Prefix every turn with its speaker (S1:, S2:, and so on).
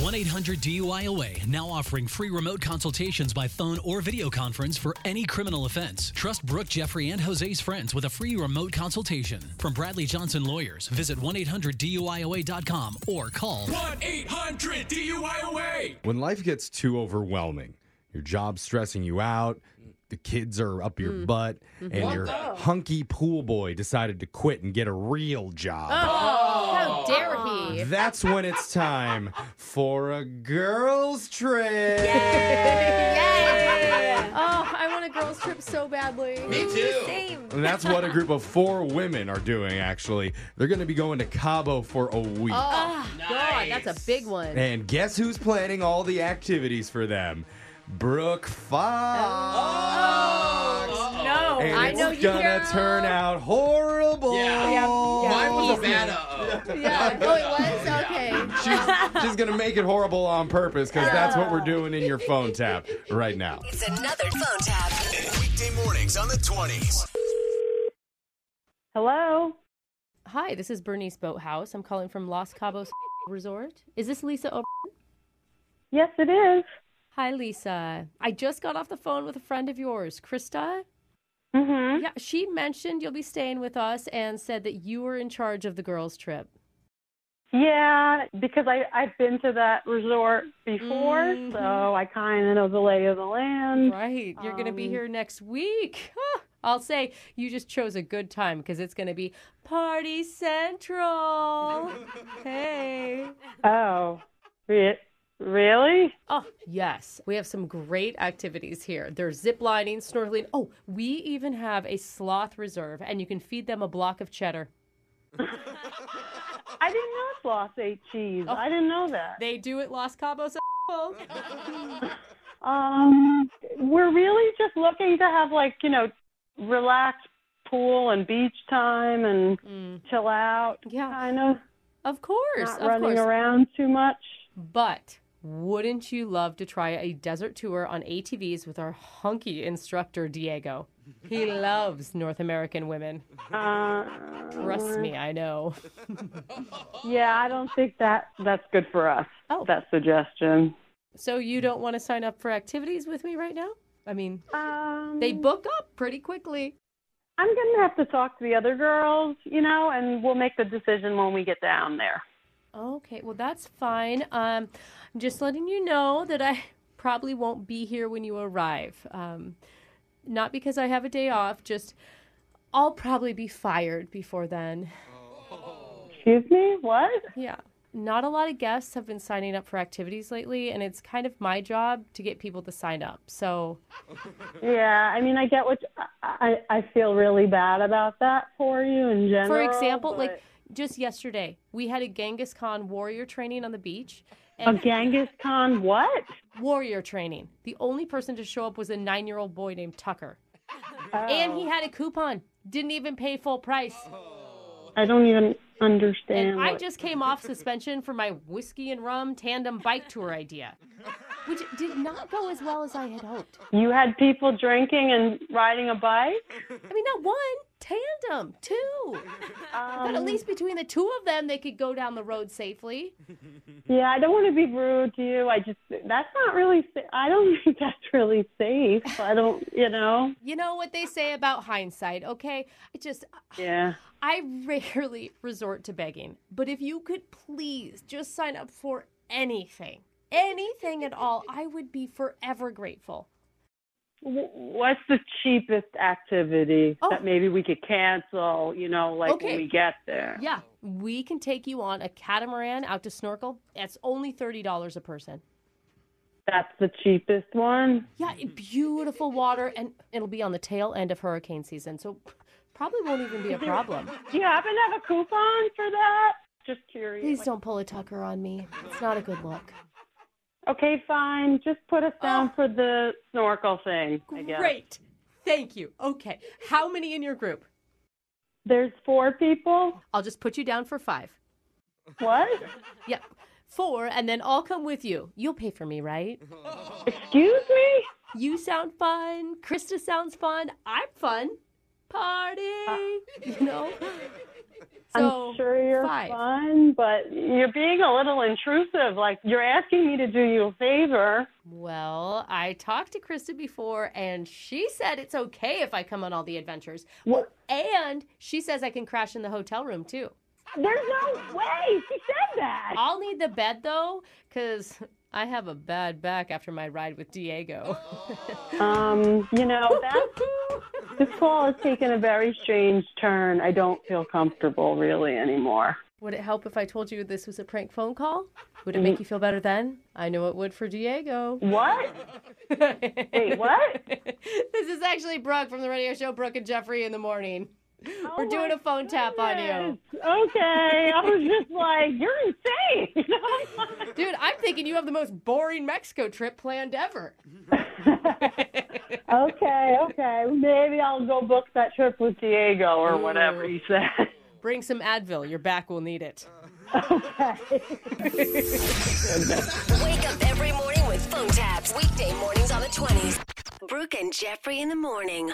S1: 1 800 DUIOA now offering free remote consultations by phone or video conference for any criminal offense. Trust Brooke, Jeffrey, and Jose's friends with a free remote consultation. From Bradley Johnson Lawyers, visit 1 800 DUIOA.com or call
S2: 1 800 DUIOA.
S3: When life gets too overwhelming, your job's stressing you out, the kids are up your butt, and your hunky pool boy decided to quit and get a real job.
S4: How dare he?
S3: That's when it's time for a girls' trip.
S4: Yay! Oh, I want a girls' trip so badly.
S5: Me too.
S6: Same.
S3: And that's what a group of four women are doing, actually. They're going to be going to Cabo for a week.
S4: Oh, God, that's a big one.
S3: And guess who's planning all the activities for them? Brooke Fox.
S6: No.
S3: And
S4: Oh, I
S3: it's
S4: know you
S3: gonna
S4: girl.
S3: turn out horrible.
S5: Yeah. Mine was a bad uh-oh.
S4: Yeah. Oh, it was? Okay.
S3: She's, she's gonna make it horrible on purpose because that's what we're doing in your phone tap right now.
S7: It's another phone tap.
S2: Weekday mornings on the 20s.
S6: Hello.
S4: Hi, this is Bernice Boathouse. I'm calling from Los Cabos Resort. Is this Lisa O'Brien?
S6: Yes, it is.
S4: Hi, Lisa. I just got off the phone with a friend of yours, Krista.
S6: Mm-hmm.
S4: Yeah, she mentioned you'll be staying with us and said that you were in charge of the girls' trip.
S6: Yeah, because I I've been to that resort before, so I kind of know the lay of the land.
S4: Right. You're going to be
S6: Um,
S4: here next week. Huh. I'll say you just chose a good time because it's going to be Party Central. hey.
S6: Oh, re- really?
S4: Oh, yes. We have some great activities here. There's zip lining, snorkeling. Oh, we even have a sloth reserve, and you can feed them a block of cheddar.
S6: I didn't know sloth ate cheese. I didn't know that.
S4: They do at Los Cabos.
S6: Um, we're really just looking to have like you know, relaxed pool and beach time and chill out.
S4: Yeah.
S6: kind of
S4: Of course.
S6: not
S4: of
S6: running
S4: course.
S6: around too much.
S4: But wouldn't you love to try a desert tour on ATVs with our hunky instructor, Diego? He loves North American women.
S6: Uh,
S4: Trust me, I know.
S6: yeah, I don't think that that's good for us.
S4: Oh.
S6: That suggestion.
S4: So, you don't want to sign up for activities with me right now? I mean,
S6: Um,
S4: they book up pretty quickly.
S6: I'm gonna have to talk to the other girls, you know, and we'll make the decision when we get down there.
S4: Okay, well that's fine. Um, I'm just letting you know that I probably won't be here when you arrive. Um, not because I have a day off, just I'll probably be fired before then.
S6: Excuse me, what?
S4: Yeah. Not a lot of guests have been signing up for activities lately, and it's kind of my job to get people to sign up. So,
S6: Yeah, I mean, I get what I I I feel really bad about that for you in general.
S4: for example,
S6: but-
S4: like just yesterday, we had a Genghis Khan warrior training on the beach.
S6: a Genghis Khan, what?
S4: warrior training. The only person to show up was a nine year old boy named Tucker. And he had a coupon, didn't even pay full price.
S6: I don't even understand.
S4: And I
S6: what-
S4: just came off suspension for my whiskey and rum tandem bike tour idea, which did not go as well as I had hoped.
S6: you had people drinking and riding a bike.
S4: I mean, not one, tandem, two. But at
S6: Um,
S4: least between the two of them, they could go down the road safely.
S6: Yeah, I don't want to be rude to you. I just that's not really. sa- I don't think that's really safe. I don't, you know.
S4: You know what they say about hindsight, okay? I just,
S6: Yeah.
S4: I rarely resort to begging, but if you could please just sign up for anything, anything at all, I would be forever grateful.
S6: W- What's the cheapest activity
S4: Oh.
S6: that maybe we could cancel? You know, like
S4: Okay.
S6: when we get there.
S4: Yeah, we can take you on a catamaran out to snorkel. That's only $30 a person.
S6: That's the cheapest one.
S4: Yeah, beautiful water, and it'll be on the tail end of hurricane season, so probably won't even be a problem.
S6: Do you happen to have a coupon for that? Just curious.
S4: Please don't pull a Tucker on me. It's not a good look.
S6: Okay, fine. Just put us down for the snorkel thing. I guess.
S4: Oh. Great. Thank you. Okay. How many in your group?
S6: There's four people.
S4: I'll just put you down for five.
S6: What?
S4: Yep. Four, and then I'll come with you. You'll pay for me, right?
S6: Excuse me.
S4: You sound fun. Krista sounds fun. I'm fun. Party. You know? So,
S6: Uh. I'm sure you're
S4: five.
S6: fine, but you're being a little intrusive. Like you're asking me to do you a favor.
S4: Well, I talked to Krista before, and she said it's okay if I come on all the adventures.
S6: What?
S4: And she says I can crash in the hotel room too.
S6: There's no way she said that.
S4: I'll need the bed though, because I have a bad back after my ride with Diego.
S6: Um, you know that this call has taken a very strange turn. I don't feel comfortable really anymore.
S4: Would it help if I told you this was a prank phone call? Would
S6: Mm.
S4: it make you feel better then? I know it would for Diego.
S6: What? Wait, what?
S4: this is actually Brooke from the radio show Brooke and Jeffrey in the morning. We're
S6: Oh my
S4: doing a phone tap audio.
S6: Okay, I was just like, you're insane. You know?
S4: Dude, I'm thinking you have the most boring Mexico trip planned ever.
S6: okay, okay. Maybe I'll go book that trip with Diego or whatever he said.
S4: Bring some Advil. Your back will need it.
S7: Wake up every morning with phone taps. Weekday mornings on the 20s. Brooke and Jeffrey in the morning.